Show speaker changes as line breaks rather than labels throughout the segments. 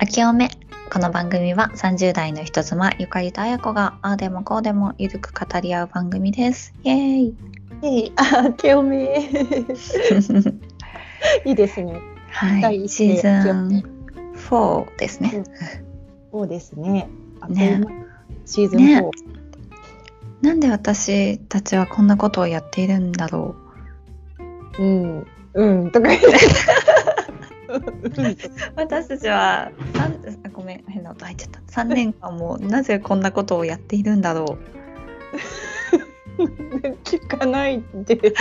明けおめこの番組は30代の人妻ゆかりとあやこがああでもこうでもゆるく語り合う番組ですイエー イ
えい、あ、けおめ。 いいですね。
は
第
い
一
シーズ
明けおめ
ン4ですね、
そうですね。あ
ね
という間シーズン
ね
4。
なんで私たちはこんなことをやっているんだろ
うん、うん、とか言って。うん
う私たちは三あごめん変な音入っちゃった3年間もなぜこんなことをやっているんだろ う
聞かないで。違う。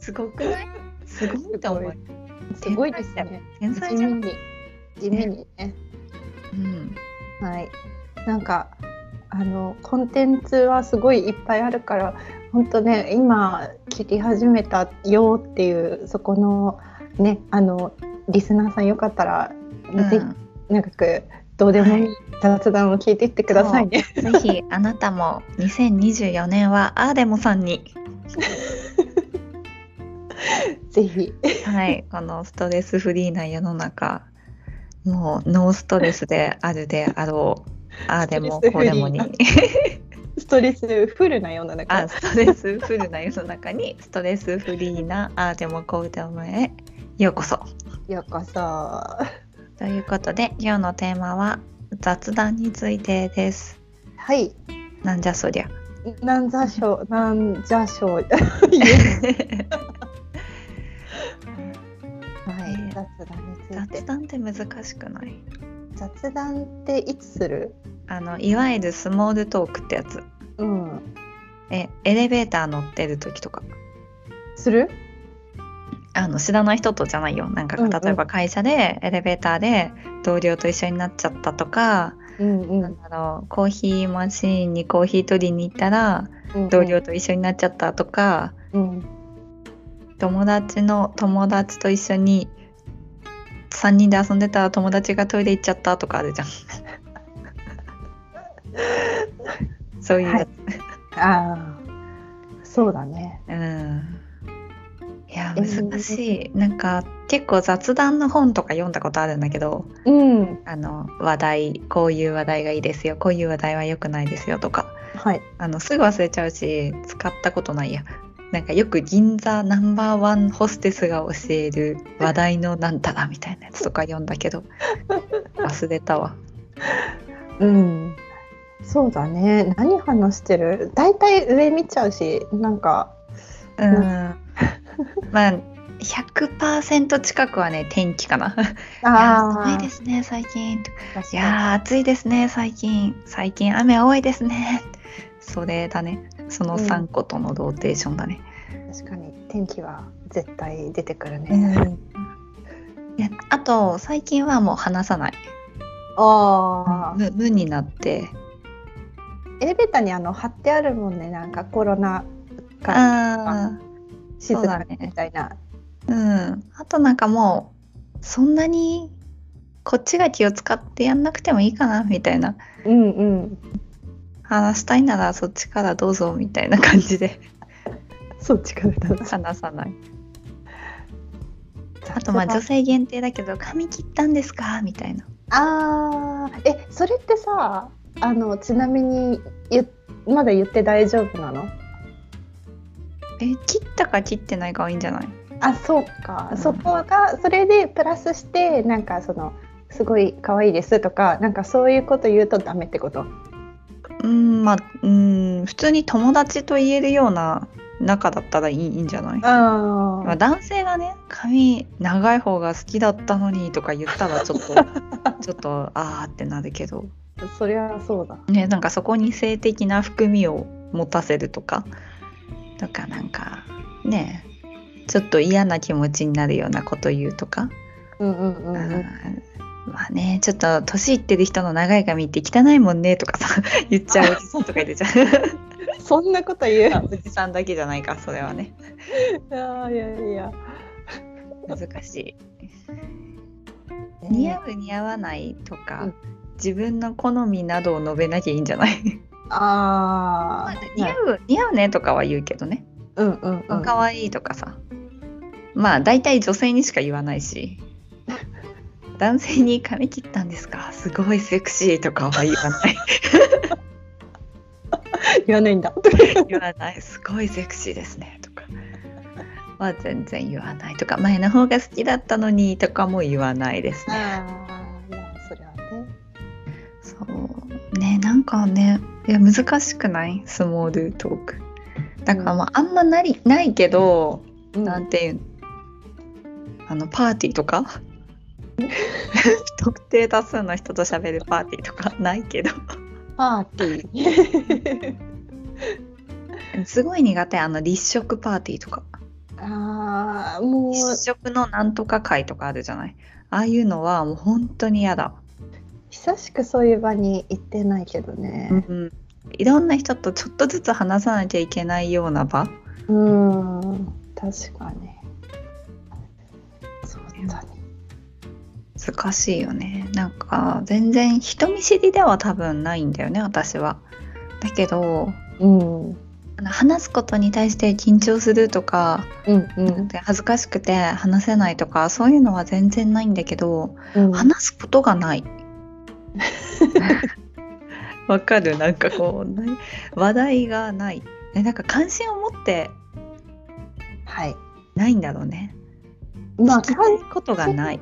すごくないすごいと思う
すごいですね。
天才
地
じゃ
味
ん、
に。地味にね。
うん、
はい。なんか。あのコンテンツはすごいいっぱいあるから本当ね今切り始めたよっていうそこのねあのリスナーさんよかったら見て
うん
長くどうでもいい雑談を聞いていってくださいね。
ぜひあなたも2024年はアーデモさんに、
ぜひ。
はい、このストレスフリーな世の中もうノーストレスであるであろうアーデモ
ストレス
こ
フリ
れ
ー
もに
なストレスフルな世の中
あストレスフルな世の中にストレスフリーなアーデモこうでもへようこそ。
ようこそ。は
ということで今日のテーマは雑談についてです。
い。
なんじゃそり ゃ。
なんざし ょう、なんじゃしょう。はい。雑談につい
雑
て。
談って難しくない
雑談っていつする。
あのいわゆるスモールトークってやつ
うん。
えエレベーター乗ってる時とか
する。
あの知らない人とじゃないよなんか
うんうん
例えば会社でエレベーターで同僚と一緒になっちゃったとか、
うんう
なんだろうコーヒーマシーンにコーヒー取りに行ったら
ん。
同僚。と一緒になっちゃったとか、
うん。
友達の友達と一緒に3人で遊んでたら友達がトイレ行っちゃったとかあるじ ゃん。そういうやつ、
はいああ。そうだね。
うんいや
え
難
ー
しい、なんか結構雑談の本とか読んだことあるんだけど
うん。
あの話題こういう話題がいいですよこういう話題は良くないですよとか
はい。
あのすぐ忘れちゃうし使ったことないやなんかよく銀座ナンバーワンホステスが教える話題のなんたらみたいなやつとか読んだけ ど忘れたわ
うん。そうだね。何話してる。だいたい上見ちゃうし、なんか。
うん まあ100%近くはね天気かな。いや
ああ。
寒いですね最近
確
い
かに
やー暑いですね最近最近雨多いですね それだねその
うん
3個とのローテーションだね、
確かに天気は絶対出てくるね。
いやあと最近はもう話さない
ああ、
無無になって
エレベーターにあの貼ってあるもんね。なんかコロナが
あ
静
そうだ
か
ね
みたいな。
ーうんあとなんかもうそんなにこっちが気を使ってやんなくてもいいかなみたいな
うんうん。
話したいならそっちからどうぞみたいな感じで
そっちからだな。
話さないあとまあ女性限定だけど髪切ったんですかみたいな
ああ、えそれってさ、あのちなみにゆまだ言って大丈夫なの？
え切ったか切ってないかはいいんじゃない
あ、そうか。
うん
そこがそれでプラスしてなんかその。すごい可愛いですとか、なんかそういうこと言うとダメってこと。
うんまあうん普通に友達と言えるような仲だったらいいいいんじゃない
あ
まあ、男性がね髪長い方が好きだったのにとか言ったらちょっとちょっとあーってなるけど、
あ、そりゃそうだ。
ね、なんかそこに性的な含みを持たせるとかとかなんかねちょっと嫌な気持ちになるようなこと言うとか、
うんうんうんうん。
うんまあねちょっと年いってる人の長い髪って汚いもんねとかさ 言っちゃうおじさんとかいるじゃん。
そんなこと言う。
おじさんだけじゃないかそれはね
あーいやいや。
難しい似合う似合わないとか、
うん
自分の好みなどを述べなきゃいいんじゃない
ああ。
似合う、似合うねとかは言うけどね
うんうんうん。
可 愛、いとかさまあ大体女性にしか言わないし男性に髪切ったんですかすごいセクシーとかは言わない
言わないんだ。
言わないすごいセクシーですねとかは全然言わないとか前の方が好きだったのにとかも言わないですね
ああ、いや、それはね。
そうねなんかねいや難しくないスモールトークだからまああんまなりないけど、なんていうのあのパーティーとか特定多数の人と喋るパーティーとかないけど
パーティー。
すごい苦手あの立食パーティーとか
ああ、もう
立食のなんとか会とかあるじゃないああいうのはもう本当に嫌だ、
久しくそういう場に行ってないけどね。
うん、いろんな人とちょっとずつ話さなきゃいけないような場
うん、確かに。そうだね。
難しいよねなんか全然人見知りでは多分ないんだよね私はだけど
うん、うん、
あの話すことに対して緊張するとか
うん、
恥ずかしくて話せないとかそういうのは全然ないんだけど
うん、
話すことがない わかるなんかこうな話題がないえなんか関心を持って
はい。
ないんだろうね
まあ
聞きたいことがない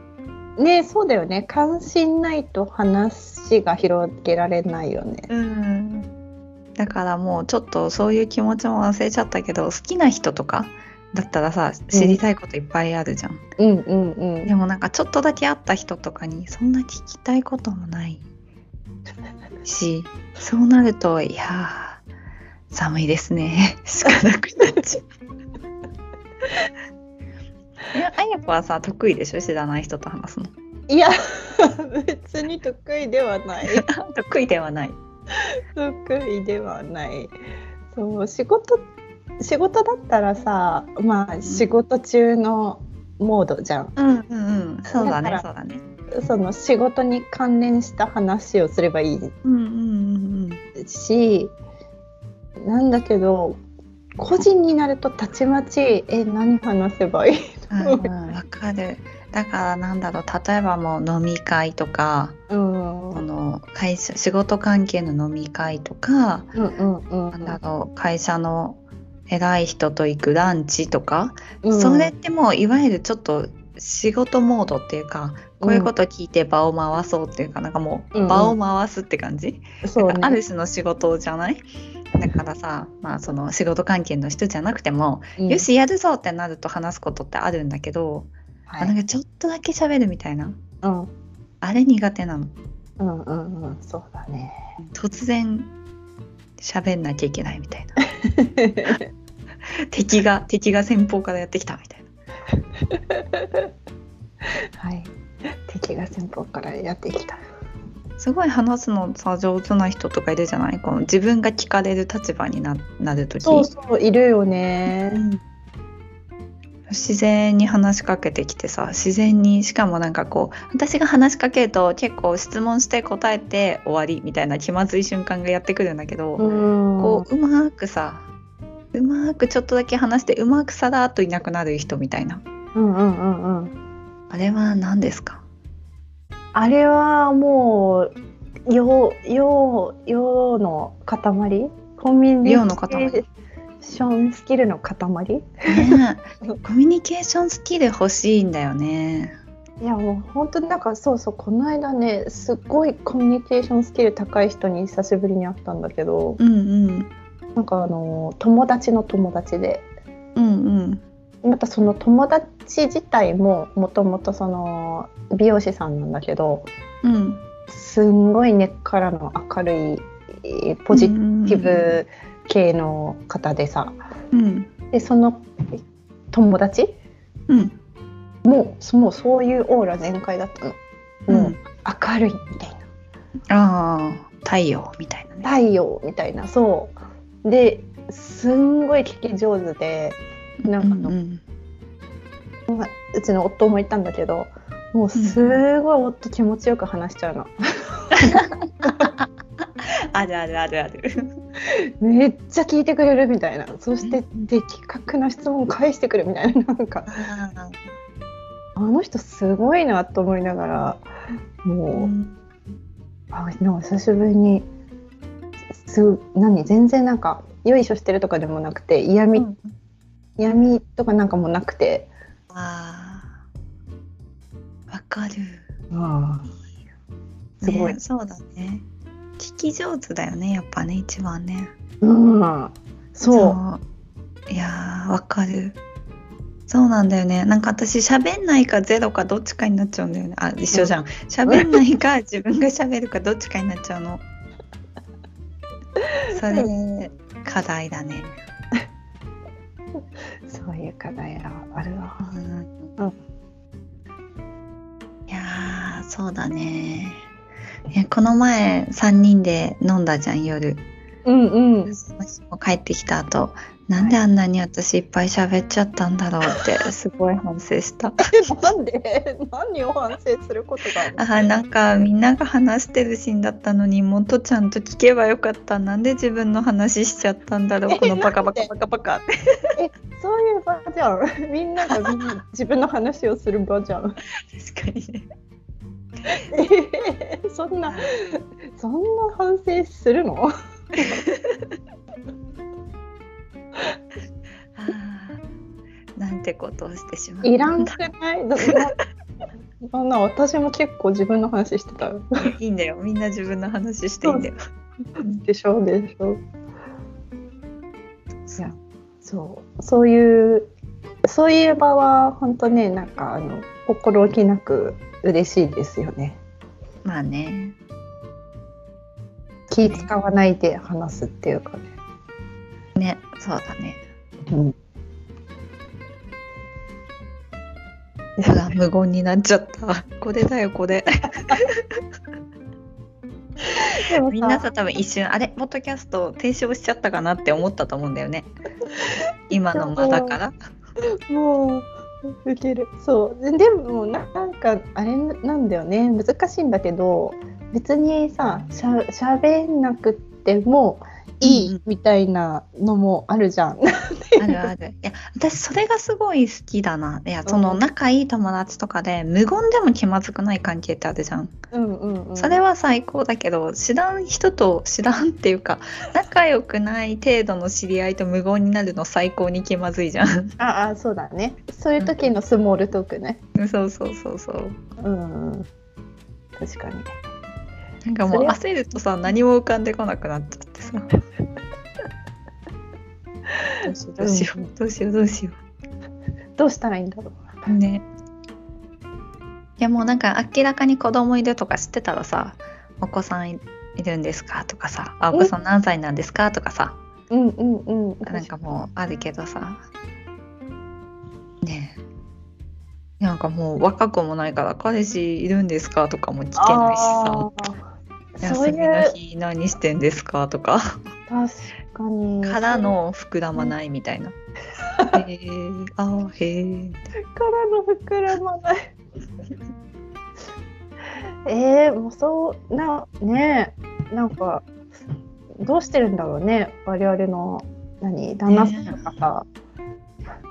ねそうだよね関心ないと話が広げられないよね
うんだからもうちょっとそういう気持ちも忘れちゃったけど好きな人とかだったらさ知りたいこといっぱいあるじゃん、
うんうんう
でもなんかちょっとだけ会った人とかにそんな聞きたいこともないしそうなるといやー寒いですね しかなくなっちゃう。 えあやこはさ得意でしょ知らない人と話すの
いや別に得意ではない
得意ではない
得意ではないそう仕事仕事だったらさまあ仕事中のモードじゃん
うんうんうんそうだね
だから
そうだね
その仕事に関連した話をすればいい
うんうんうんうん
しなんだけど個人になるとたちまちえ何話せばいい
うんうんわかる。だからなんだろう例えばもう飲み会とか
うん
この会社仕事関係の飲み会とか
うんうんう
なん
ん
だろう会社の偉い人と行くランチとか、
うん
それってもういわゆるちょっと仕事モードっていうかこういうこと聞いて場を回そうっていうかなんかも
うんう
うん場を回すって感じ、
そうね
なんかある種の仕事じゃないだからさまあその仕事関係の人じゃなくても、
うん
よ、しやるぞってなると話すことってあるんだけど、
は
あなん
い、
かちょっとだけ喋るみたいな
うん
あれ苦手なの
うんうんうんそうだね
突然喋んなきゃいけないみたいな敵が敵が先方からやってきたみたいな
はい敵が先方からやってきた
すごい話すのさ上手な人とかいるじゃないこの自分が聞かれる立場にななる時
そうそういるよね
うん自然に話しかけてきてさ自然にしかもなんかこう私が話しかけると結構質問して答えて終わりみたいな気まずい瞬間がやってくるんだけど、
うん
こううまーくさうまーくちょっとだけ話してうまくさらっといなくなる人みたいな
うんうんうんうん
あれは何ですか
あれはもうようようようの塊コミュニケ
ようの塊
ーションスキルの塊
ね えコミュニケーションスキル欲しいんだよね
いやもう本当になんかそうそうこの間ねすっごいコミュニケーションスキル高い人に久しぶりに会ったんだけど
うんうん
なんかあの友達の友達で
うんうん
またその友達自体ももともとその美容師さんなんだけど
うん
すんごい根っからの明るいえーポジティブ系の方でさ
うん
でその友達
うん
もうそもうそういうオーラ全開だったの。
うん、
もう明るいみたい
ああ太陽みたいなね
な太陽みたいなそうですんごい聞き上手でなんかあの
うんうん
うちの夫も言ったんだけどもうすごい夫気持ちよく話しちゃうの、
あるあるあるある
めっちゃ聞いてくれるみたいなそして
うん
的確な質問返 してくるみたいななんか
あー
あの人すごいなと思いながら
う
も
ん
う、あなんか久しぶりにす何全然なんかよいしょしてるとかでもなくて嫌み、嫌みとかなんかもなくて、
あーわかる
すごい、
ねそうだね聞き上手だよねやっぱね一番ね
うんそう
そういやーわかるそうなんだよねなんか私喋んないかゼロかどっちかになっちゃうんだよねあ一緒じゃん喋んないか自分が喋るかどっちかになっちゃうのそれ課題だね、
そういう課題があるわ
う
うんん
いやーそうだねいやこの前3人で飲んだじゃん夜
うんうん
私も帰ってきた後なんであんなに私いっぱい喋っちゃったんだろうってすごい反省 した
なんで 何を反省することがある
あーなんかみんなが話してるシーンだったのにもっとちゃんと聞けばよかったなんで自分の話しちゃったんだ ろうこのバカバカバカバカって
そういう場じゃん みんながみんな自分の話をする場じゃん
確かにね
えー そんなそんな反省するの
あーなんてことをしてしまった
いらんくないだ そんなそんな私も結構自分の話してたよ
いいんだよみんな自分の話していいんだよ
でしょでしょいやそうそういうそういう場は本当ねなんかあの心置きなく嬉しいですよね
まあね
気使わないで話すっていうかね、
ねそうだね
うん、
ほら無言になっちゃったこれだよこれ
でも
みんなさ多分一瞬あれポッドキャスト停止をしちゃったかなって思ったと思うんだよね今の間だから
もう受けるそうででもななんかあれなんだよね難しいんだけど別にさしゃしゃべんなくてもい
うんうん
いみたいなのもあるじゃん。
あるある。いや、私それがすごい好きだな。いや、その
うん
仲いい友達とかで無言でも気まずくない関係ってあるじゃん。
うんうんうん、
それは最高だけど、知らん人と知らんっていうか、仲良くない程度の知り合いと無言になるの最高に気まずいじゃん。
ああそうだねそういう時のスモールトークね。
そうそうそうそう。
うん、うん、確かに
なんかも
そうれは
焦るとさ、何も浮かんでこなくなっちゃってさ。どうしようどうしようどうしようどうしよう。
どうしたらいいんだろ
ね。いやもうなんか明らかに子供いるとか知ってたらさ「お子さんいるんですか?」とかさ「あお子さん何歳なんですか?」とかさ
う。うんうんうん。
なんかもうあるけどさねえなんかもう若くもないから「彼氏いるんですか?」とかも聞けないしさ「
あーそ
休み
うい
の
う
日何してんですか?」とか
確かに
からの膨らまないみたいな。へえあーへえ
からの膨らまない えー、もうそうなねえなんかどうしてるんだろうね我々の何旦那さんとかさ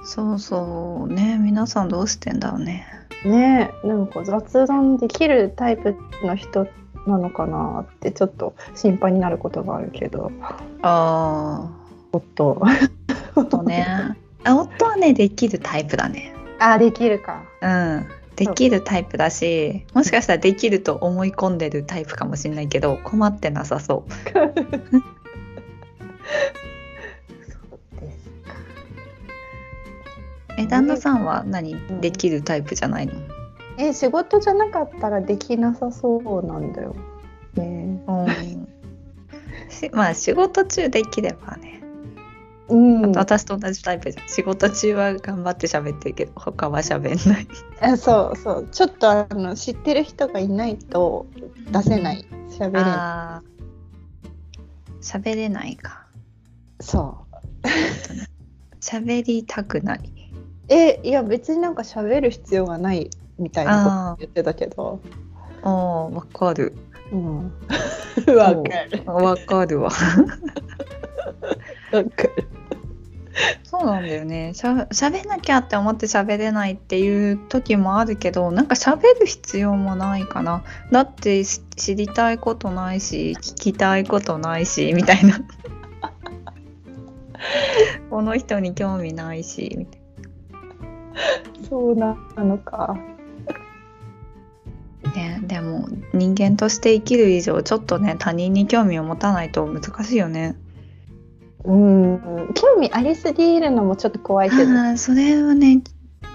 そうそうね皆さんどうしてんだろうね。
ねえなんか雑談できるタイプの人なのかなってちょっと心配になることがあるけど
あ
夫
あ、とね。あ、夫はね、できるタイプだね。
あできるか
うん。できるタイプだし、もしかしたらできると思い込んでるタイプかもしれないけど、困ってなさそう。
そうですか
え、旦那さんは何、
ん
できるタイプじゃないの
え仕事じゃなかったらできなさそうなんだよね
うん。しまあ、仕事中できればね。
うん
私と同じタイプじゃん。仕事中は頑張って喋ってるけど、他は喋んない。
えそうそうちょっとあの知ってる人がいないと出せない喋れない
ああ。喋れないか。
そ
喋りたくない。
うえいや別になんか喋る必要がないみたいなこと言ってたけど
ああ、わかる。
うん わかる
わかるわ。
わかる
そそうなんだよねしゃ喋んなきゃって思って喋れないっていう時もあるけどなんか喋る必要もないかなだってし知りたいことないし聞きたいことないしみたい なこの人に興味ないしみたい
そうなのか。
なねでも人間として生きる以上ちょっとね他人に興味を持たないと難しいよね
うん、興味ありすぎるのもちょっと怖いけど。
あーそれはね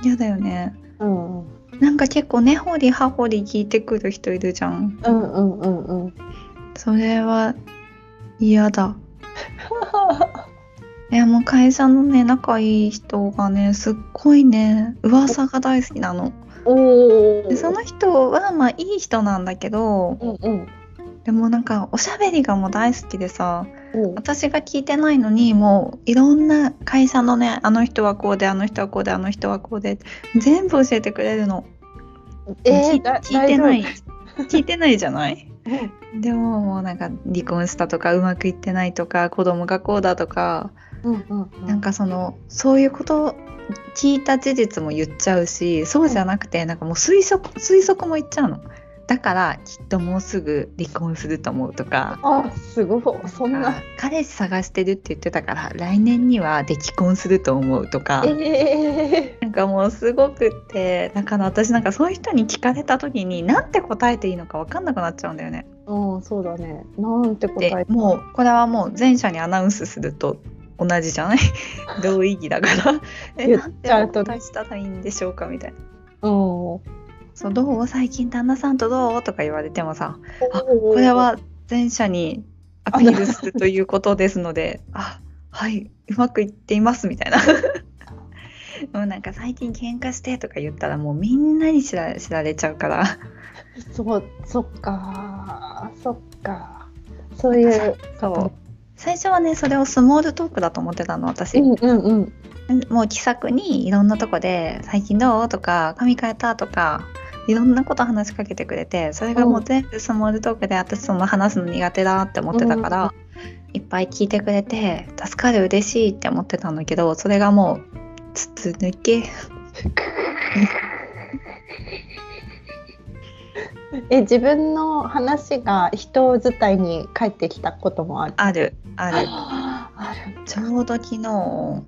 嫌だよね
うん、うん、
なんか結構根掘り葉掘り聞いてくる人いるじゃん
うん、うん、うん。
それは嫌だ。いやもう会社のね仲いい人がねすっごいね噂が大好きなの。
おお。
でその人はまあいい人なんだけど
うん、うん、
でもなんかおしゃべりがもう大好きでさ
うん、
私が聞いてないのにもういろんな会社のねあの人はこうであの人はこうであの人はこうで全部教えてくれるの。
え
聞い
ー、だ
聞いてない
大丈
聞いてないじゃないでももうなんか離婚したとかうまくいってないとか子供がこうだとか
夫うん、うん、うん
なんかそのそういうことを聞いた事実も言っちゃうしそうじゃなくてなんかもう推測推測も言っちゃうのだからきっともうすぐ離婚すると思うとか
あ、すごい、そん
なん
な
か。彼氏探してるって言ってたから来年にはで既婚すると思うとか
え
なんかもうすごくってだから私なんかそういう人に聞かれた時に何て答えていいのか分かんなくなっちゃうんだよね。
ー、うん、そうだね。なんて答
で
え。
もうこれはもう全社にアナウンスすると同じじゃない 同意義だからえ
言っ
なん
ちゃう
て
と
お答えしたらいいんでしょうかみたいな
うん。お
「そうどう最近旦那さんとどう?」とか言われてもさあ
ー
これ。は全社にアピールするということですので「 あはいうまくいっています」みたいな。 もうなんか最近喧嘩してとか言ったらもうみんなに知ら知られちゃうから
そう、そっか、そっか。そういう。
そう最初はねそれをスモールトークだと思ってたの私、
うん、うん、うん。
もう気さくにいろんなとこで「最近どう?」とか「髪変えた?」とかいろんなこと話しかけてくれてそれがもう全部スモールトークで私その話すの苦手だって思ってたから、いっぱい聞いてくれて助かる嬉しいって思ってたんだけどそれがもう筒抜け
え自分の話が人伝いに返ってきたこともある。
あるある
ある。
ちょうど昨日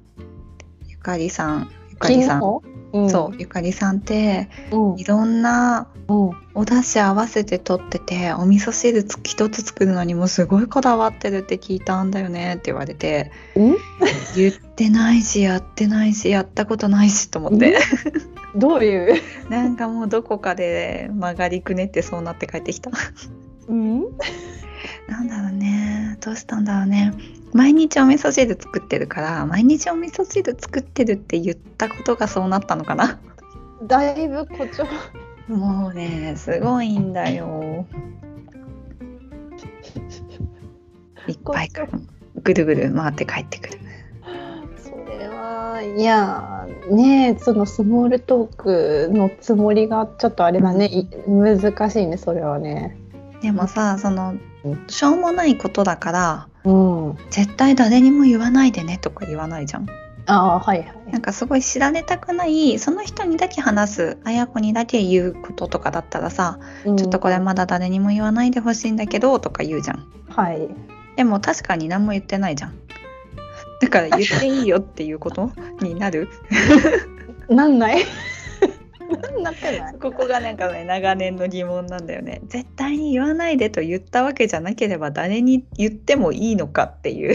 ゆかりさんゆか
昨
り
日
さん、
うん、
そうゆかりさんって
うん。
いろんな
うん。
お出汁合わせて取っててお味噌汁つ一つ作るのにもすごいこだわってるって聞いたんだよねって言われ て
うん
言ってないしやってないしやったことないしと思って
どういう。
なんかもうどこかで曲がりくねってそうなって帰ってきた
うん。
なんだろうねどうしたんだろうね毎日お味噌汁作ってるから毎日お味噌汁作ってるって言ったことがそうなったのかな
だいぶ誇張。
もうねすごいんだよいっぱいかぐるぐる回って帰ってくる
それは、いや、ねえ、そのスモールトークのつもりがちょっとあれだね。い難しいね、それはね。
でもさその
うん
しょうもないことだから
うん。
絶対誰にも言わないでねとか言わないじゃん
ああ、はいは
なんかすごい知られたくないその人にだけ話す綾子にだけ言うこととかだったらさ、
い。う ん
ちょっとこれ。まだ誰にも言わないでほしいんだけどとか言うじゃん
はい。
でも確かに何も言ってないじゃんだから言っていいよっていうことになる
なんない。なんなくない。
ここがなんかね長年の疑問なんだよね絶対に言わないでと言ったわけじゃなければ誰に言ってもいいのかっていう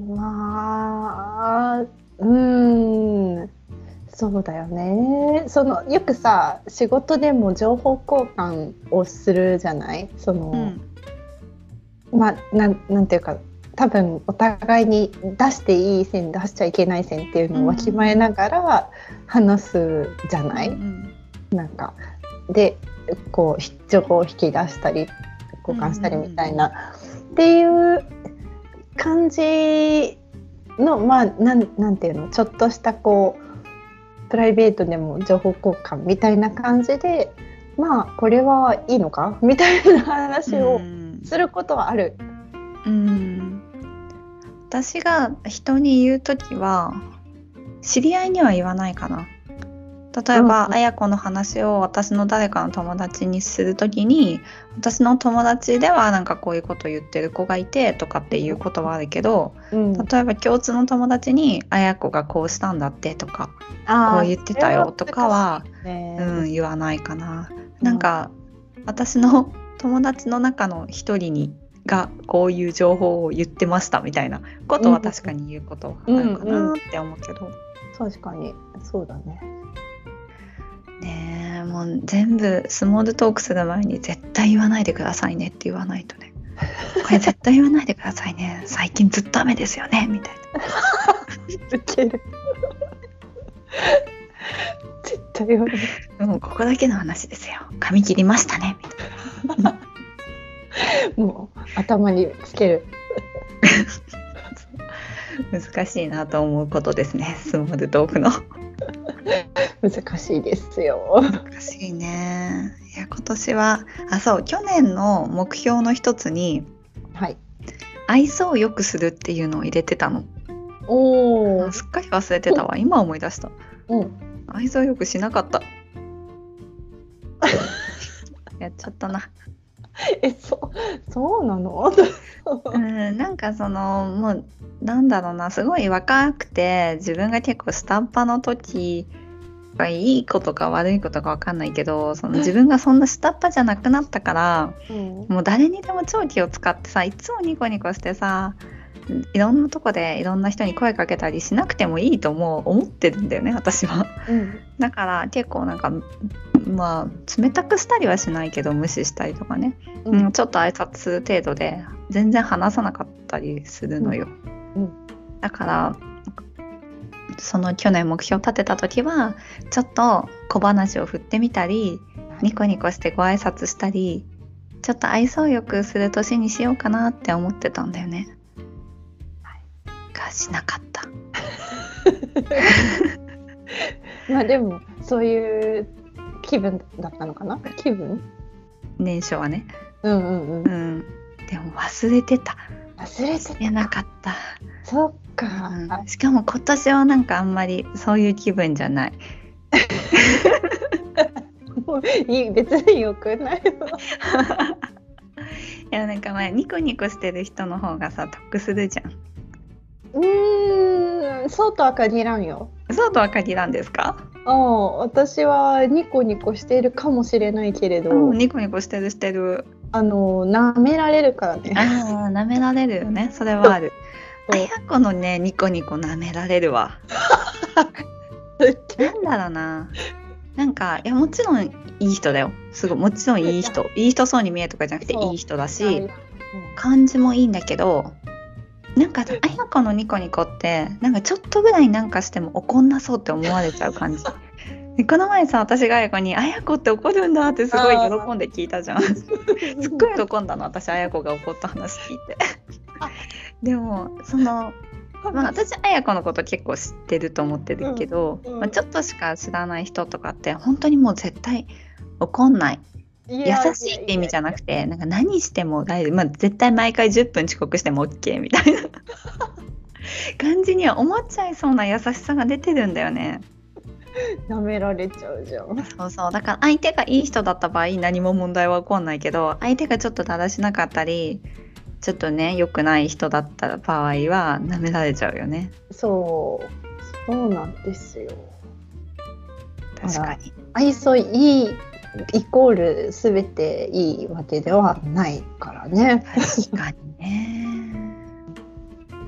まあ、うーん、そうだよね。そのよくさ、仕事でも情報交換をするじゃない。その、まあ、なん、なんていうか。多分お互いに出していい線出しちゃいけない線っていうのをわきまえながら話すじゃない、
うん
なんかでこうひ情報を引き出したり交換したりみたいな、っていう感じのまあなんなんていうのちょっとしたこうプライベートでも情報交換みたいな感じでまあこれはいいのかみたいな話
う
を
ん
することはある。
うん私が人に言うときは知り合いには言わないかな例えば、
うんうん
あやこの話を私の誰かの友達にするときに私の友達ではなんかこういうこと言ってる子がいてとかっていうことはあるけど
うん
例えば共通の友達にあやこがこうしたんだってとか
あー
こう言ってたよとかは
それは難しいね
うん、言わないかな。なんか、私の友達の中の一人にがこういう情報を言ってましたみたいなことは確かに言うことはあるかなって思うけど、
確かにそうだね
ねえもう全部スモールトークする前に絶対言わないでくださいねって言わないとねこれ絶対言わないでくださいね最近ずっと雨ですよねみたいな
ウケる絶対言われる
もうここだけの話ですよ髪切りましたねみたい
もう頭につける
な難しいなと思うことですね スモールトークの。
難しいですよ
難しいね。いや今年はあそう去年の目標の一つに
はい
愛想を良くするっていうのを入れてたの。
おお
すっかり忘れてたわ。今思い出した。
うん
愛想良くしなか った。やっちゃったな。
えそうそうなの
うんなんかそのもうなんだろうなすごい若くて自分が結構スタンパの時がいいことか悪いことかわかんないけどその自分がそんな下っ端じゃなくなったから。
うん
もう誰にでも長期を使ってさいつもニコニコしてさいろんなとこでいろんな人に声かけたりしなくてもいいともう思ってるんだよね私は。
うん
だから結構なんかまあ冷たくしたりはしないけど無視したりとかね、
う
うんんちょっと挨拶する程度で全然話さなかったりするのよ。
うんうん
だからその去年目標立てた時はちょっと小話を振ってみたりニコニコしてご挨拶したりちょっと愛想よくする年にしようかなって思ってたんだよね。がしなかった。
まあでもそういう気分だったのかな気分
年初はね。
うんうんう
うんん。でも忘れてた。
忘れて
いやなかった。
そっか、
うんしかも今年はなんかあんまりそういう気分じゃない。
もういい別によくないわ
いやなんかまあニコニコしてる人の方がさ得するじゃん。
うーんそうとは限らんよ
そうとは限らんですか？
ああ私はニコニコしているかもしれないけれど、
うん、ニコニコしてるしてる。
あの舐められるからね
あ あ舐められるよね。それはある。あ
そう
やこのねニコニコ舐められるわ。なんだろうな。なんかいやもちろんいい人だよ。すごいもちろんいい人、いい人そうに見えるとかじゃなくて
そう
いい人だし
うん、
感じもいいんだけど。なんかあやこのニコニコってなんかちょっとぐらいなんかしても怒んなそうって思われちゃう 感じでこの前さ私があやこに「あやこって怒るんだ」ってすごい喜んで聞いたじゃんすっごい喜んだの私あやこが怒った話聞いて でもそのまあ、私あやこのこと結構知ってると思ってるけど、
うんうん
まあ、ちょっとしか知らない人とかって本当にもう絶対怒んない
優
優しいって意味じゃなく
て
てなんか何しても大丈夫、まあ、絶対毎回10分遅刻しても OK みた いな感じには思っちゃいそうな優しさが出てるんだよね
舐められちゃうじゃん
そうそうだから相手がいい人だった場合何も問題は起こんないけど相手がちょっとだらしなかったりちょっとね良くない人だった場合は舐められちゃうよね
そうそうなんですよ
確かに。
愛想いいイコールすべていいわけではないからね
確かにね。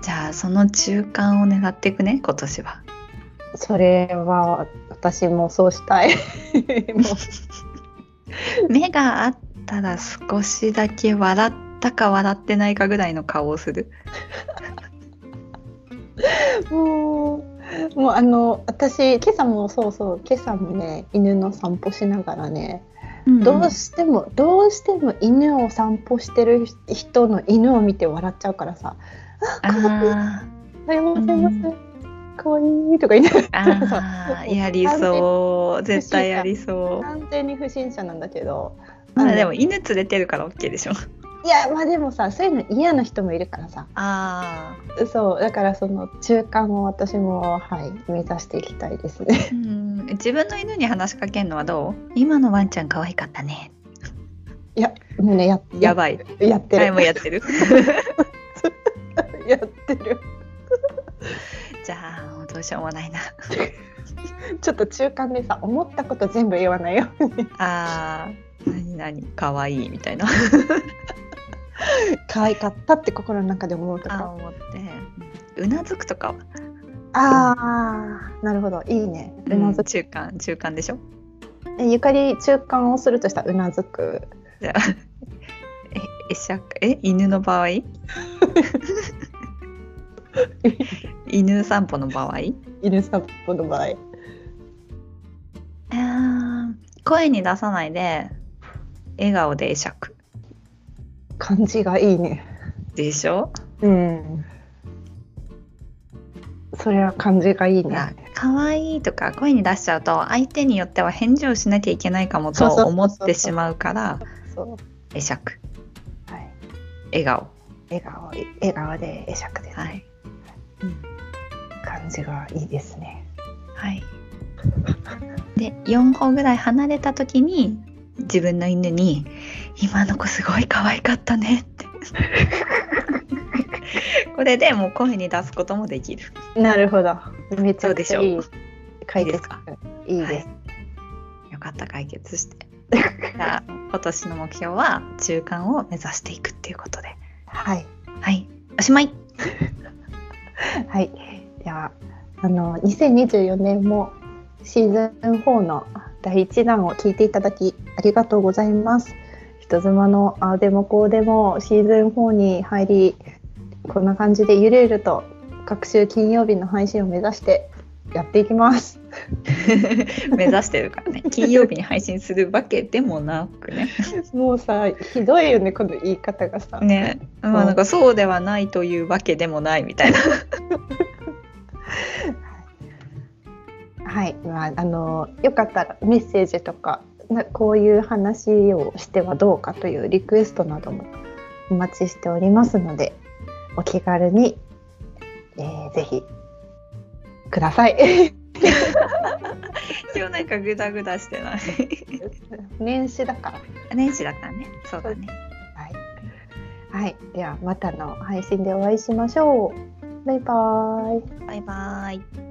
じゃあその中間を狙っていくね今年は。
それは私もそうした いも
目があったら少しだけ笑ったか笑ってないかぐらいの顔をする。
うもうもうあの私今朝もそうそう今朝もね犬の散歩しながらね、どうしてもどうしても犬を散歩してる人の犬を見て笑っちゃうからさ
あ
「おはようございます
う」
かわいい」とか言いながら
ーあーやりそう絶対やりそう。
完全に不審者なんだけど
ま
あ
あ
の
でも犬連れてるから OK でしょ。
いやまあでもさそういうの嫌な人もいるからさ
ああ
そうだからその中間を私もはい目指していきたいですね
うん自分の犬に話しかけるのはどう今のワンちゃん可愛かったね
もうねや
やばい
やって
前
る
もやってる
やってる
じゃあもうどうしようもないな
ちょっと中間でさ思ったこと全部言わないように
あー何何可愛いみたいな
可愛かったって心の中で思うと
あ
か
思ってうんうなずくとかは
ああなるほどいいねうなずく、
中間中間でしょ
えゆかり中間をするとしたらうなずく
じゃあええしゃえ犬の場合犬散歩の場合
犬散歩の場合
えー声に出さないで笑顔で会釈
感じがいいね
でしょ
うんそれは感じがいいね
あ可愛いとか声に出しちゃうと相手によっては返事をしなきゃいけないかもと
そうそうそうそう
思ってしまうから
そう
会釈
はい
笑顔
笑顔笑顔で会釈です、
はい、うん、
感じがいいですね
はいで4歩ぐらい離れた時に自分の犬に「今の子すごい可愛かったね」って これでもう声に出すこともできる
なるほどめちゃくちゃいい
どうでし
解
いいで
決
すか
いいです、
はい、よかった解決してじゃあ今年の目標は中間を目指していくっていうことで
はい
はいお しまい
はい、ではあの2024年もシーズン4の第1弾を聞いていただきありがとうございます。人妻のああでもこうでもシーズン4に入りこんな感じでゆるゆると各週金曜日の配信を目指してやっていきます。
目指してるからね金曜日に配信するわけでもなくね
もうさひどいよねこの言い方がさ。
ねまあ
うん
なんかそうではないというわけでもないみたいな
はい、まああのよかったらメッセージとかなこういう話をしてはどうかというリクエストなどもお待ちしておりますのでお気軽に、えーぜひください
今日なんかグダグダしてない
年始だから
年始だからねそうだね
はい、はい、ではまたの配信でお会いしましょうバイバーイ
バイバーイ